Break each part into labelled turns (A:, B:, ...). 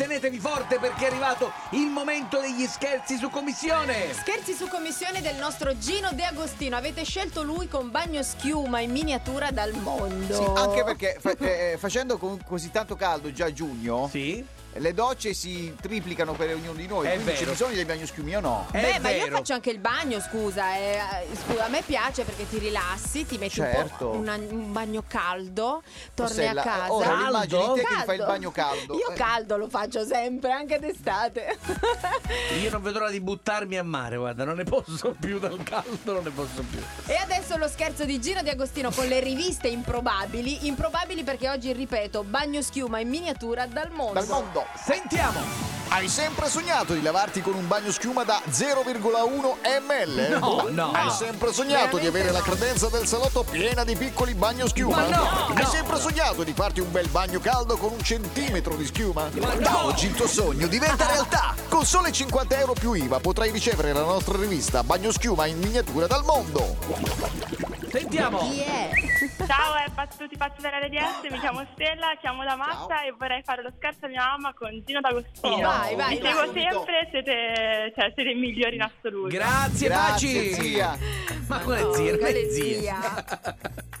A: Tenetevi forte perché è arrivato il momento degli scherzi su commissione.
B: Scherzi su commissione del nostro Gino De Agostino. Avete scelto lui con bagno schiuma in miniatura dal mondo.
C: Sì, anche perché fa- eh, facendo con così tanto caldo già a giugno,
A: Sì?
C: le docce si triplicano per ognuno di noi.
A: È
C: quindi c'è
A: vero.
C: bisogno dei bagnoschiumi o no?
A: È
B: Beh, ma io
A: vero.
B: faccio anche il bagno, scusa. eh, scusa, a me piace perché ti rilassi, ti metti
C: Certo.
B: un, po' una- un bagno caldo, torni
C: Rossella,
B: a casa.
C: Ora
A: Caldo?
C: immagini te che ti fai il
B: Caldo.
C: bagno caldo.
B: Io
C: Eh,
B: caldo lo faccio sempre, anche d'estate.
A: Io non vedo l'ora di buttarmi a mare, guarda, non ne posso più dal caldo, non ne posso più.
B: e adesso lo scherzo di Gino Di Agostino con le riviste improbabili. Improbabili perché oggi, ripeto, bagno schiuma in miniatura dal mondo.
C: Dal mondo.
A: Sentiamo!
C: Hai sempre sognato di lavarti con un bagno schiuma da 0,1 ml?
A: No, no.
C: Hai
A: no.
C: sempre sognato di
B: Veramente
C: avere la
B: no.
C: credenza del salotto piena di piccoli bagno schiuma?
A: Ma no,
C: Hai
A: no.
C: sempre sognato di farti un bel bagno caldo con un centimetro di schiuma?
A: Ma
C: da
A: no.
C: oggi il tuo sogno diventa realtà! Con sole 50 euro più IVA potrai ricevere la nostra rivista Bagno Schiuma in miniatura dal mondo!
A: Sentiamo!
B: Chi è?
D: Ciao, è Battuti Pazzi dell'RDS, mi chiamo Stella, chiamo da Massa e vorrei fare lo scherzo a mia mamma con Gino D'Agostino.
B: Oh, vai, vai,
D: Vi
B: vai,
D: seguo
C: subito.
D: sempre, siete, cioè, siete i migliori in assoluto.
A: Grazie,
C: Grazie,
A: baci!
C: zia.
A: Ma quale zia?
B: Oh,
A: Non è
B: quale
A: zia.
B: zia?
A: ecco,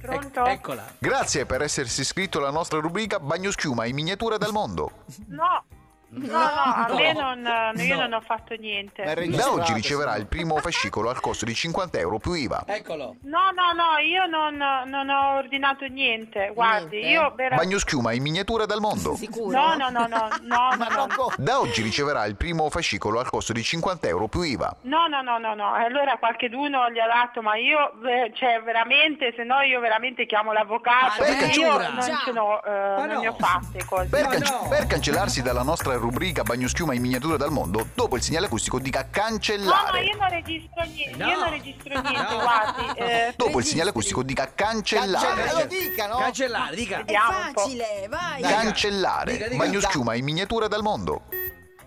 D: Pronto?
A: Ec- eccola.
C: Grazie per essersi iscritto alla nostra rubrica Bagno Schiuma in miniatura dal mondo.
D: No. No, no, a
A: No.
D: me non, io
A: No.
D: non ho fatto niente.
C: Da oggi riceverà il primo fascicolo al costo di 50 euro più IVA.
A: Eccolo.
D: No, no, no, io non, non ho ordinato niente. Guardi,
B: Niente?
D: io veramente.
C: Bagno schiuma in miniatura dal mondo.
B: Sicuro?
D: No, no, no, no, no, no, no.
C: Da oggi riceverà il primo fascicolo al costo di 50 euro più IVA.
D: No, no, no, no, no, allora qualcheduno gli ha dato, ma io, eh, cioè veramente, se no io veramente chiamo l'avvocato,
A: Ah,
D: perché io
A: giura?
D: non,
B: Già.
D: ce n'ho, eh,
A: Ma
D: non
A: no.
D: ne ho fatte cose.
C: Per,
A: Ma
C: can-
A: no.
C: per cancellarsi dalla nostra rubrica Bagno schiuma in miniatura dal mondo, dopo il segnale acustico dica
D: No, no,
C: cancellare.
D: io non registro niente, io
A: No.
D: non registro niente,
A: No.
D: guardi. eh,
C: Dopo il
B: registri.
C: segnale acustico dica Ah,
E: Cancella-
C: cancellare.
E: lo dica, no?
A: Cioè, Cancellare, dica.
B: È
D: Vediamo un po'.
B: facile, vai.
C: Dai,
A: Dica,
C: Cancellare.
A: dica.
C: Bagno schiuma in miniatura dal mondo.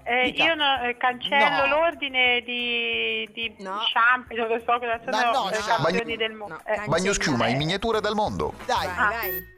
D: eh,
E: dica.
D: io no- eh, cancello
E: No.
D: l'ordine di, di
B: No.
D: Ciampi, dove so cosa sono
E: Ma no,
D: eh,
E: no.
D: campioni
C: Bagno-
D: del mondo.
B: no,
D: Eh,
B: can-
C: Bagno schiuma in miniatura dal mondo.
E: Dai,
D: Ah,
B: Vai, vai.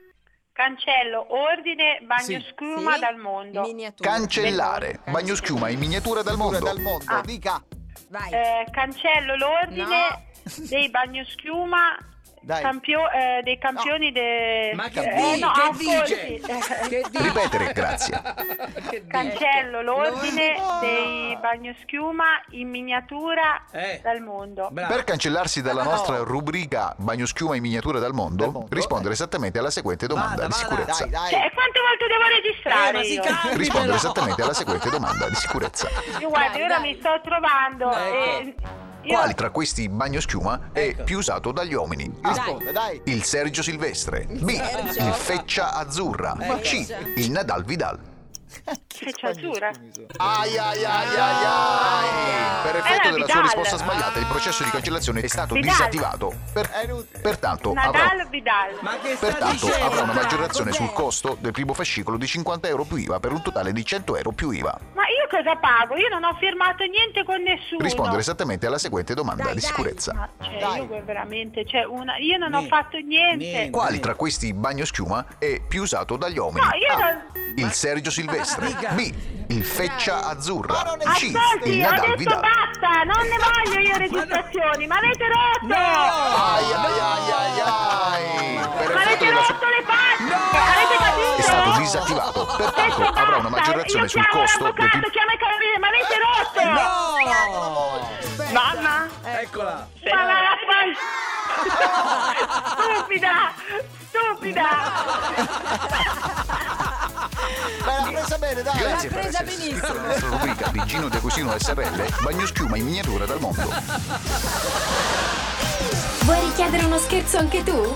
D: cancello ordine bagno
E: Sì.
D: schiuma
B: Sì?
D: dal mondo.
B: Miniatura.
C: Cancellare. Bagno schiuma in miniatura dal
E: Miniatura
C: mondo.
E: dal mondo,
D: Ah.
E: dica.
B: Vai.
D: Eh, cancello l'ordine
B: No.
D: dei bagnoschiuma
E: Dai.
D: campio- eh, dei campioni de-
A: Ma che,
D: eh,
A: di-
D: no,
A: che
D: ascolti.
A: dice? Che dice?
C: Ripetere, grazie.
A: Che dice?
D: Cancello l'ordine
B: No.
D: dei bagnoschiuma in miniatura
A: Eh.
D: dal mondo.
A: Bravo.
C: Per cancellarsi dalla
E: No.
C: nostra rubrica Bagno schiuma in miniatura dal mondo,
E: Dal mondo,
C: rispondere esattamente alla seguente domanda
A: Vada,
C: di
A: vada.
C: sicurezza.
E: Dai, dai.
D: Cioè, quante volte devo
A: Eh,
D: registrare
A: ma si
D: io?
A: calmi
C: Rispondere
A: però.
C: esattamente alla seguente domanda di sicurezza.
D: Io guarda,
B: Dai,
D: ora
B: dai.
D: mi sto trovando
A: Ecco.
D: e io
C: Quale tra questi bagno schiuma è
A: Ecco.
C: più usato dagli uomini?
E: Risponda, dai.
C: Il Sergio Silvestre. B.
B: Sergio.
C: Il Feccia Azzurra.
A: Eh,
C: C.
B: Feccia.
C: Il Nadal Vidal.
D: che c'azzurra.
C: Ai ai ai ai ai. Per effetto
D: Era
C: della sua
D: Vidal.
C: risposta sbagliata, il processo di cancellazione è stato
D: Vidal.
C: disattivato. Per-
E: È inutile.
C: pertanto avrà
D: Nadal Vidal.
A: Ma che sta
C: Pertanto
A: dicendo?
C: avrà una maggiorazione
B: cos'è?
C: sul costo del primo fascicolo di 50 euro più IVA per un totale di 100 euro più IVA.
D: Ma io cosa pago? Io non ho firmato niente con nessuno.
C: Rispondere esattamente alla seguente domanda
B: Dai,
C: di
B: dai.
C: sicurezza.
D: Ma cioè,
E: Dai.
D: io veramente, cioè, una, io non ho
A: Niente.
D: fatto niente.
A: Niente.
C: Quali tra questi bagno schiuma è più usato dagli uomini?
D: No, io
C: A.
D: non-
C: Il Sergio Silvestre.
A: Dica.
C: B. Il Feccia Azzurra.
E: Ma non
C: C.
E: esiste.
C: Il
D: Ascolti,
C: Nadal
D: adesso
C: Vidal.
D: basta, non ne voglio io registrazioni, ma avete rotto!
A: No!
C: Ai ai ai ai ai. Per
D: Ma
C: effetto
D: avete
C: della sua...
D: rotto le palle! Avete capito?
C: È stato disattivato,
D: Adesso
C: pertanto
D: Ecco, basta,
C: avrà una maggiorazione
D: io
C: sul
D: chiamo
C: costo del
D: l'avvocato,
C: primo...
D: chiamo i carabinieri, ma avete rotto!
A: No!
D: Mamma!
A: Eccola.
D: Ma va la fai- Stupida! Stupida!
E: Beh, l'ha presa bene, dai.
C: Grazie
B: L'ha
C: per
B: presa
C: essere iscritto alla
B: benissimo.
C: nostra rubrica di Gino De Cusino SRL Bagno schiuma in miniatura dal mondo.
F: Vuoi richiedere uno scherzo anche tu?